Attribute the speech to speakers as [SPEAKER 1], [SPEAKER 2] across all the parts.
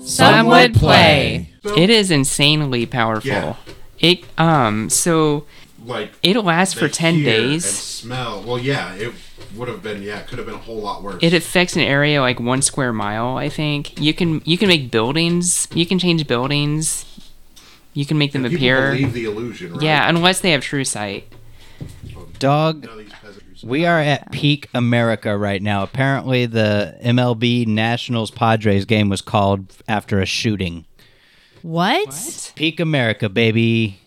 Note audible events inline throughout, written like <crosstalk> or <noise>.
[SPEAKER 1] Some would play.
[SPEAKER 2] It is insanely powerful.
[SPEAKER 1] Yeah.
[SPEAKER 2] It um so
[SPEAKER 1] Like
[SPEAKER 2] it lasts for
[SPEAKER 1] they
[SPEAKER 2] ten
[SPEAKER 1] hear And
[SPEAKER 2] days.
[SPEAKER 1] smell. Well, yeah, it would have been. Yeah, it could have been a whole lot worse.
[SPEAKER 2] It affects an area like one square mile, I think. You can you can make buildings. You can change buildings. You can make them
[SPEAKER 1] People
[SPEAKER 2] appear.
[SPEAKER 1] Believe the illusion, right?
[SPEAKER 2] Yeah, unless they have true sight.
[SPEAKER 3] Dog,
[SPEAKER 1] None of these peasants-
[SPEAKER 3] we are at peak America right now. Apparently, the MLB Nationals Padres game was called after a shooting.
[SPEAKER 4] What?
[SPEAKER 3] Peak America, baby.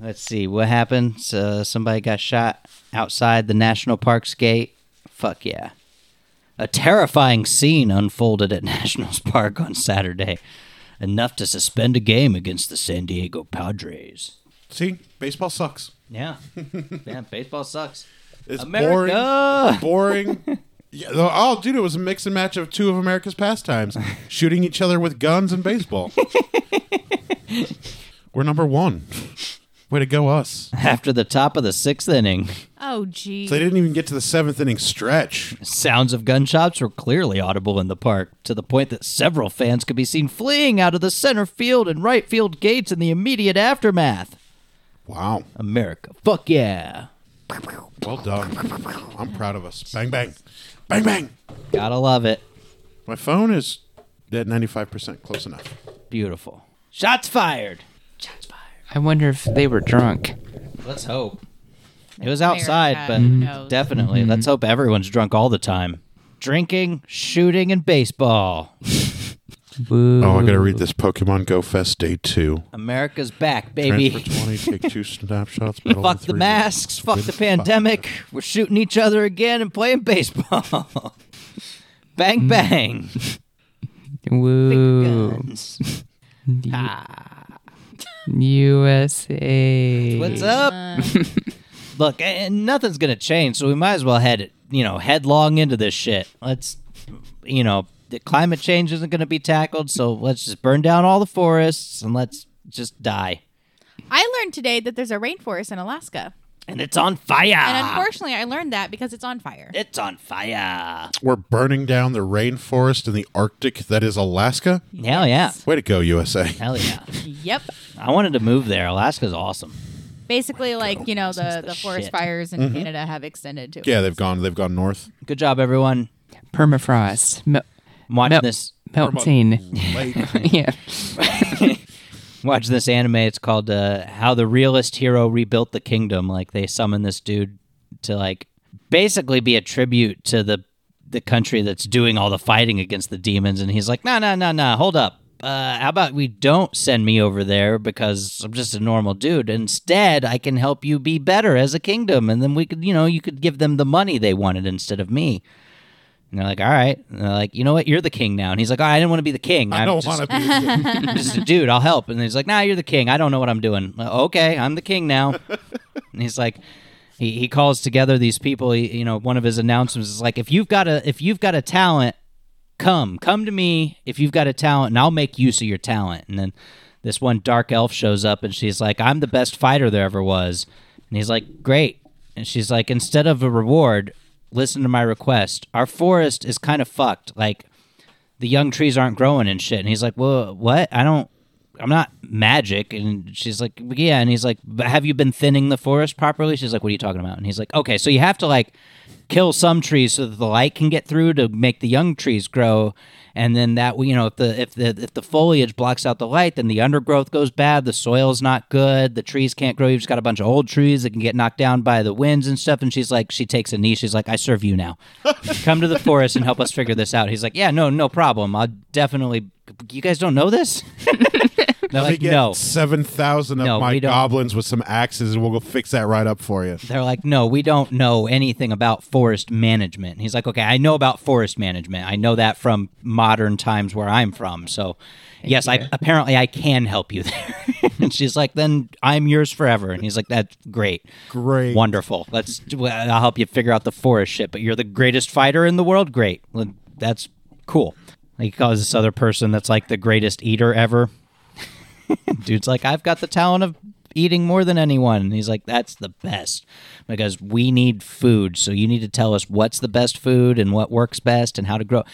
[SPEAKER 3] Let's see what happened. Uh, somebody got shot outside the National Parks gate. Fuck yeah. A terrifying scene unfolded at <laughs> Nationals Park on Saturday, enough to suspend a game against the San Diego Padres.
[SPEAKER 5] See, baseball sucks. <laughs>
[SPEAKER 3] Yeah. yeah, baseball sucks.
[SPEAKER 5] It's
[SPEAKER 3] America!
[SPEAKER 5] boring. Boring. Yeah, though, all dude, it was a mix and match of two of America's
[SPEAKER 2] <laughs>
[SPEAKER 5] pastimes: shooting each other with guns and baseball. We're number one. Way to go, us!
[SPEAKER 3] After the top of the sixth inning,
[SPEAKER 4] Oh, gee.
[SPEAKER 5] So they didn't even get to the seventh inning stretch.
[SPEAKER 3] sounds of gunshots were clearly audible in the park, to the point that several fans could be seen fleeing out of the center field and right field gates in the immediate aftermath.
[SPEAKER 5] Wow,
[SPEAKER 3] America. Fuck yeah.
[SPEAKER 5] well done. I'm proud of us. Bang bang, bang bang.
[SPEAKER 3] Gotta love it.
[SPEAKER 5] My phone is at 95 percent, close enough.
[SPEAKER 3] Beautiful. Shots fired.
[SPEAKER 2] I wonder if they were drunk.
[SPEAKER 3] Let's hope. It was outside,
[SPEAKER 4] America
[SPEAKER 3] but
[SPEAKER 4] knows.
[SPEAKER 3] definitely. Let's hope everyone's drunk all the time. Drinking, shooting, and baseball.
[SPEAKER 5] Oh, I gotta read this Pokemon Go Fest Day Two.
[SPEAKER 3] America's back,
[SPEAKER 5] Transfer
[SPEAKER 3] baby.
[SPEAKER 5] twenty, take
[SPEAKER 3] <laughs>
[SPEAKER 5] two snapshots. battle
[SPEAKER 3] Fuck
[SPEAKER 5] for
[SPEAKER 3] the
[SPEAKER 5] three.
[SPEAKER 3] masks. Fuck the pandemic. We're shooting each other again and playing baseball. <laughs> bang, bang.
[SPEAKER 2] Woo. USA.
[SPEAKER 3] What's up? Look, eh, and nothing's gonna change, so we might as well head it, you know, headlong into this shit. Let's, you know, the climate change isn't gonna be tackled, so let's just burn down all the forests and let's just die.
[SPEAKER 4] I learned today that there's a rainforest in Alaska.
[SPEAKER 3] And it's on fire.
[SPEAKER 4] And unfortunately, I learned that because it's on fire. <laughs>
[SPEAKER 3] it's on fire.
[SPEAKER 5] We're burning down the rainforest in the Arctic that is Alaska.
[SPEAKER 3] Hell yeah.
[SPEAKER 5] Way to go,
[SPEAKER 3] <laughs>
[SPEAKER 5] USA.
[SPEAKER 3] Hell yeah.
[SPEAKER 4] Yep.
[SPEAKER 3] I wanted to move there. Alaska's awesome.
[SPEAKER 4] Basically, like, you know, the,
[SPEAKER 3] the
[SPEAKER 4] the forest
[SPEAKER 3] shit.
[SPEAKER 4] fires in Canada have extended to.
[SPEAKER 5] Mm-hmm. Yeah, they've gone. They've
[SPEAKER 3] <laughs>
[SPEAKER 5] gone north.
[SPEAKER 3] Good job, everyone.
[SPEAKER 2] Permafrost. Mel-
[SPEAKER 3] I'm watching
[SPEAKER 2] Mel-
[SPEAKER 3] this
[SPEAKER 1] <laughs>
[SPEAKER 2] melting.
[SPEAKER 5] Lake.
[SPEAKER 2] yeah.
[SPEAKER 3] watch this anime. It's called uh, "How the Realist Hero Rebuilt the Kingdom." Like they summon this dude to like basically be a tribute to the the country that's doing all the fighting against the demons, and he's like, "No, no, no, no, hold up. Uh, how about we don't send me over there because I'm just a normal dude. Instead, I can help you be better as a kingdom, and then we could, you know, you could give them the money they wanted instead of me." And they're like, all right. And they're like, you know what? You're the king now. And he's like, oh, I didn't want to be the king.
[SPEAKER 5] I
[SPEAKER 3] I'm
[SPEAKER 5] don't
[SPEAKER 3] just-
[SPEAKER 5] want
[SPEAKER 3] <laughs>
[SPEAKER 5] to be.
[SPEAKER 3] I'm just a dude. I'll help. And he's like, Nah, you're the king. I don't know what I'm doing. Uh, Okay, I'm the king now. and he's like, he, he calls together these people. He, you know, one of his announcements is like, if you've got a if you've got a talent, come come to me. If you've got a talent, and I'll make use of your talent. And then this one dark elf shows up, and she's like, I'm the best fighter there ever was. And he's like, Great. And she's like, instead of a reward, listen to my request. Our forest is kind of fucked. Like the young trees aren't growing and shit. And he's like, well, what? I don't, I'm not magic. And she's like, yeah. And he's like, but have you been thinning the forest properly? She's like, what are you talking about? And he's like, okay, so you have to like kill some trees so that the light can get through to make the young trees grow. And then that, you know, if the, if the, if the foliage blocks out the light, then the undergrowth goes bad. The soil's not good. The trees can't grow. You've just got a bunch of old trees that can get knocked down by the winds and stuff. And she's like, she takes a knee. She's like, I serve you now come to the forest and help us figure this out. He's like, yeah, no, no problem. I'll definitely. You guys don't know this? <laughs> They're like, no.
[SPEAKER 5] seven thousand of
[SPEAKER 3] No,
[SPEAKER 5] my
[SPEAKER 3] we don't.
[SPEAKER 5] goblins with some axes, and we'll go fix that right up for you.
[SPEAKER 3] They're like, no, we don't know anything about forest management. And he's like, okay, I know about forest management. I know that from modern times where I'm from. So, yes, I apparently I can help you <laughs> there. and she's like, then I'm yours forever. And he's like, that's great,
[SPEAKER 5] Great.
[SPEAKER 3] wonderful. Let's. I'll help you figure out the forest shit. But you're the greatest fighter in the world. Great. Well, That's cool. He calls this other person that's like the greatest eater ever. Dude's like, I've got the talent of eating more than anyone. And he's like, that's the best because we need food. So you need to tell us what's the best food and what works best and how to grow.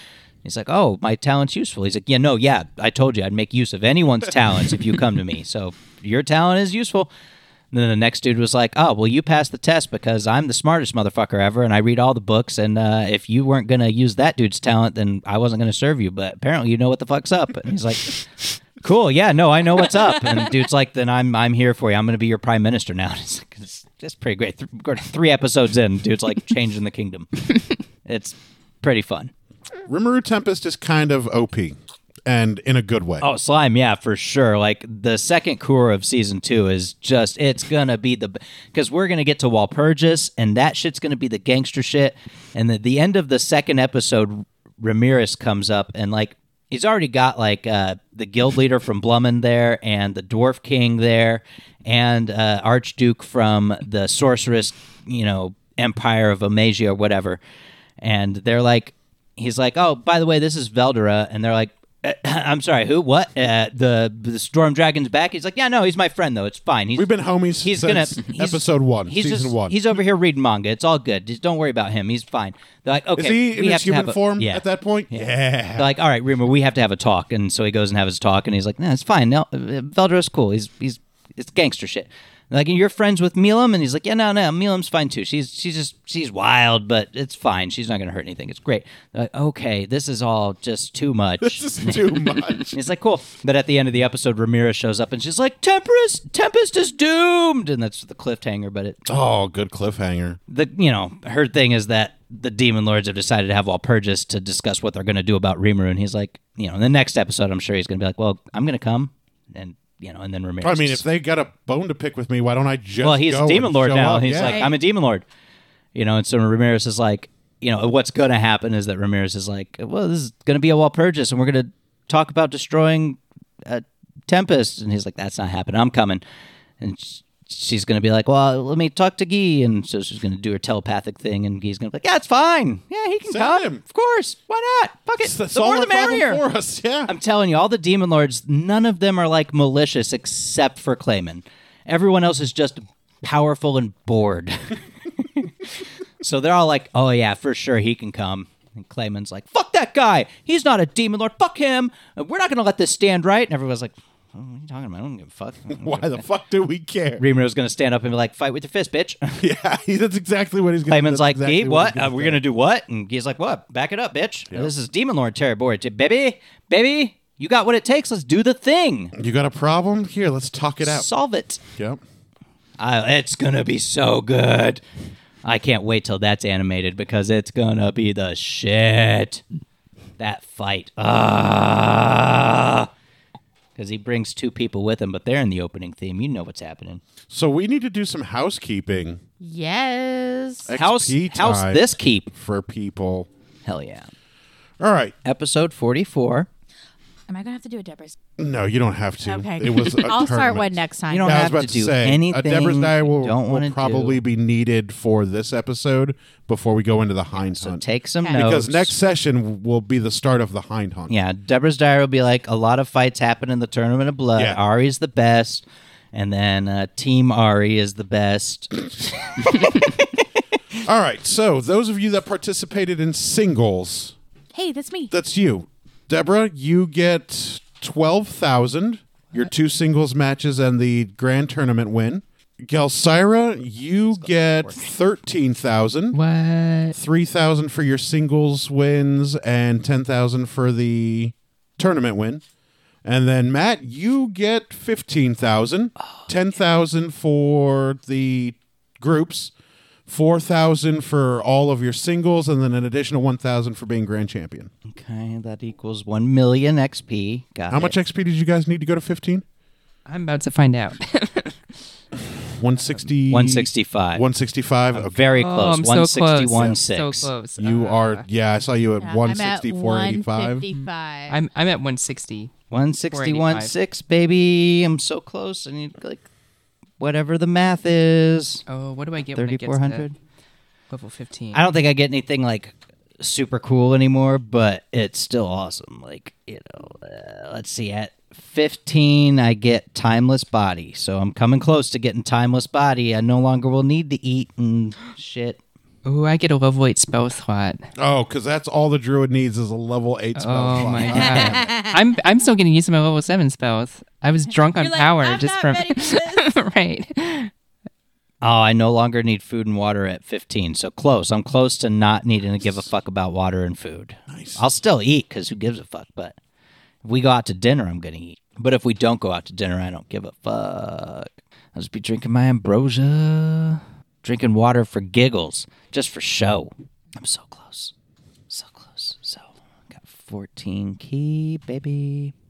[SPEAKER 3] He's like, "Oh, my talent's useful." He's like, "Yeah, no, yeah, I told you I'd make use of anyone's talents if you come to me. So your talent is useful." And then the next dude was like, "Oh, well, you passed the test because I'm the smartest motherfucker ever, and I read all the books. And uh, if you weren't gonna use that dude's talent, then I wasn't gonna serve you. But apparently, you know what the fuck's up." And he's like, "Cool, yeah, no, I know what's up." And <laughs> the dude's like, "Then I'm I'm here for you. I'm gonna be your prime minister now." <laughs> It's, like, it's it's pretty great. Th- we're three episodes in, dude's like changing the kingdom. It's pretty fun.
[SPEAKER 5] Rimuru Tempest is kind of OP, and in a good way.
[SPEAKER 3] Oh, slime, yeah, for sure. Like the second core of season two is just it's gonna be the because we're gonna get to Walpurgis and that shit's gonna be the gangster shit. And at the end of the second episode, Ramirez comes up and like he's already got like uh, the guild leader from Blummen there and the Dwarf King there and uh, Archduke from the Sorceress, you know, Empire of Amasia or whatever. And they're like, he's like, "Oh, by the way, this is Veldera," and they're like, <clears throat> "Uh, "I'm sorry, who? What? Uh, the the Storm Dragon's back?" He's like, "Yeah, no, he's my friend though. It's fine. He's,
[SPEAKER 5] We've been homies
[SPEAKER 3] he's gonna
[SPEAKER 5] since <laughs>
[SPEAKER 3] he's-
[SPEAKER 5] episode one,
[SPEAKER 3] He's
[SPEAKER 5] season
[SPEAKER 3] just,
[SPEAKER 5] one.
[SPEAKER 3] He's over here reading manga. It's all good. Just don't worry about him. He's fine." They're like, "Okay,
[SPEAKER 5] is he
[SPEAKER 3] we have
[SPEAKER 5] in his
[SPEAKER 3] to have
[SPEAKER 5] human
[SPEAKER 3] a-
[SPEAKER 5] form
[SPEAKER 3] yeah.
[SPEAKER 5] at that point? Yeah.
[SPEAKER 3] They're <laughs> like, all right, Reamer, we have to have a talk. And so he goes and have his talk, and he's like, no, it's fine. No, Veldra's cool. He's he's it's gangster shit. And Like, and you're friends with Milam, and he's like, yeah, no, no, Milam's fine too. She's she's just she's wild, but it's fine. She's not gonna hurt anything. It's great. They're like, okay, this is all just too much.
[SPEAKER 5] This is too much.
[SPEAKER 3] And It's like cool. But at the end of the episode, Ramirez shows up and she's like, "Tempest, Tempest is doomed," and that's the cliffhanger. But it,
[SPEAKER 5] <laughs> oh, good cliffhanger.
[SPEAKER 3] the you know her thing is that the demon lords have decided to have Walpurgis to discuss what they're going to do about Rimuru, and he's like, you know, in the next episode, I'm sure he's going to be like, well, I'm going to come, and you know, and then Ramirez.
[SPEAKER 5] I mean, if
[SPEAKER 3] just-
[SPEAKER 5] they got a bone to pick with me, why don't I just?
[SPEAKER 3] well, he's
[SPEAKER 5] go
[SPEAKER 3] a demon
[SPEAKER 5] and
[SPEAKER 3] lord
[SPEAKER 5] show
[SPEAKER 3] now.
[SPEAKER 5] up?
[SPEAKER 3] He's
[SPEAKER 5] Yeah.
[SPEAKER 3] like, I'm a demon lord, you know, and so Ramirez is like, you know, what's going to happen is that Ramirez is like, well, this is going to be a Walpurgis, and we're going to talk about destroying uh, Tempest, and he's like, that's not happening. I'm coming, and. sh She's gonna be like, well, let me talk to Guy, and so she's gonna do her telepathic thing, and Guy's gonna be like, yeah, it's fine, yeah, he can
[SPEAKER 5] Send
[SPEAKER 3] come,
[SPEAKER 5] him.
[SPEAKER 3] of course, why not? Fuck it,
[SPEAKER 5] It's the,
[SPEAKER 3] the more the
[SPEAKER 5] solid problem
[SPEAKER 3] merrier.
[SPEAKER 5] for us. <laughs> Yeah.
[SPEAKER 3] I'm telling you, all the demon lords, none of them are like malicious except for Clayman. Everyone else is just powerful and bored. <laughs> so they're all like, "Oh yeah, for sure he can come." And Clayman's like, "Fuck that guy. He's not a demon lord. Fuck him. We're not gonna let this stand right." And everyone's like, "Oh, "What are you talking about? I don't give a fuck." <laughs>
[SPEAKER 5] why the fuck do we care?
[SPEAKER 3] Remuro's gonna stand up and be like, "Fight with your fist, bitch."
[SPEAKER 5] <laughs> Yeah, that's exactly what he's going
[SPEAKER 3] Clayman's like, "Gee, what? Uh, we're gonna do what?" And he's like, "What? Back it up, bitch. This is demon lord territory, T- baby, baby. You got what it takes. Let's do the thing.
[SPEAKER 5] You got a problem? Here, let's talk it out.
[SPEAKER 3] Solve it.
[SPEAKER 5] yep.
[SPEAKER 3] I, it's gonna be so good. I can't wait till that's animated because it's gonna be the shit. That fight. Ah." Because he brings two people with him, but they're in the opening theme. You know what's happening.
[SPEAKER 5] So we need to do some housekeeping
[SPEAKER 4] Yes.
[SPEAKER 3] House,
[SPEAKER 5] XP
[SPEAKER 3] house
[SPEAKER 5] time.
[SPEAKER 3] this keep.
[SPEAKER 5] for people.
[SPEAKER 3] Hell yeah.
[SPEAKER 5] All right.
[SPEAKER 3] Episode 44.
[SPEAKER 4] Am I gonna have to do a Deborah's?
[SPEAKER 5] No, you don't have to.
[SPEAKER 4] Okay.
[SPEAKER 5] It
[SPEAKER 4] <laughs>
[SPEAKER 5] was. a
[SPEAKER 4] I'll start
[SPEAKER 5] tournament.
[SPEAKER 4] one next time.
[SPEAKER 3] You don't
[SPEAKER 5] Yeah, I
[SPEAKER 3] have
[SPEAKER 5] was
[SPEAKER 3] to
[SPEAKER 5] about to,
[SPEAKER 3] do
[SPEAKER 5] say a
[SPEAKER 3] anything
[SPEAKER 5] Deborah's die will,
[SPEAKER 3] you don't
[SPEAKER 5] will
[SPEAKER 3] wanna do.
[SPEAKER 5] probably be needed for this episode before we go into the hind hunt.
[SPEAKER 3] Take some
[SPEAKER 4] Okay.
[SPEAKER 3] notes.
[SPEAKER 5] because next session will be the start of the hind hunt.
[SPEAKER 3] Yeah, Deborah's Diary will be like a lot of fights happen in the Tournament of Blood.
[SPEAKER 5] Yeah.
[SPEAKER 3] Ari's the best, and then uh, Team Ari is the best.
[SPEAKER 5] All right. So those of you that participated in singles,
[SPEAKER 4] Hey, that's me.
[SPEAKER 5] that's you, Deborah. You get twelve thousand. Your two singles matches and the grand tournament win. Gelsira, you get thirteen thousand.
[SPEAKER 2] What?
[SPEAKER 5] three thousand for your singles wins and ten thousand for the tournament win. And then Matt, you get fifteen thousand. ten thousand for the groups, four thousand for all of your singles, and then an additional one thousand for being grand champion.
[SPEAKER 3] okay, that equals one million XP. Got
[SPEAKER 5] How
[SPEAKER 3] it.
[SPEAKER 5] much XP did you guys need to go to fifteen?
[SPEAKER 2] I'm about to find out.
[SPEAKER 5] One sixty.
[SPEAKER 3] Um, One sixty-five.
[SPEAKER 5] One sixty five.
[SPEAKER 2] <laughs>
[SPEAKER 3] Very
[SPEAKER 2] oh,
[SPEAKER 3] close.
[SPEAKER 2] I'm
[SPEAKER 3] One
[SPEAKER 2] so close.
[SPEAKER 3] sixty-one
[SPEAKER 2] I'm
[SPEAKER 3] six.
[SPEAKER 2] So close.
[SPEAKER 5] You
[SPEAKER 2] Uh,
[SPEAKER 5] are yeah, I saw you at
[SPEAKER 4] Yeah,
[SPEAKER 5] one sixty four eighty five.
[SPEAKER 4] I'm
[SPEAKER 2] I'm I'm at 160.
[SPEAKER 3] One sixty-one six, baby. I'm so close. I need like whatever the math is.
[SPEAKER 2] Oh, what do I get? when I get to
[SPEAKER 3] Thirty-four hundred.
[SPEAKER 2] Level 15.
[SPEAKER 3] I don't think I get anything like super cool anymore, but it's still awesome. Like, you know, uh, let's see, at 15, I get Timeless Body. So I'm coming close to getting Timeless Body. I no longer will need to eat and shit.
[SPEAKER 2] Ooh, I get a level eight spell slot.
[SPEAKER 5] Oh, because that's all the druid needs is a level eight spell.
[SPEAKER 2] Oh
[SPEAKER 5] slot.
[SPEAKER 2] my
[SPEAKER 5] <laughs>
[SPEAKER 2] god. <laughs> I'm I'm still getting used to my level seven spells. I
[SPEAKER 4] <laughs>
[SPEAKER 2] was drunk on
[SPEAKER 4] You're like,
[SPEAKER 2] power
[SPEAKER 4] "I'm
[SPEAKER 2] just
[SPEAKER 4] not
[SPEAKER 2] from
[SPEAKER 4] ready for this."
[SPEAKER 2] <laughs> right.
[SPEAKER 3] Oh, I no longer need food and water at 15. So close. I'm close to not needing to give a fuck about water and food. Nice. I'll still eat because who gives a fuck? But if we go out to dinner, I'm going to eat. But if we don't go out to dinner, I don't give a fuck. I'll just be drinking my ambrosia, drinking water for giggles, just for show. I'm so close. So close. So got 14 key, baby.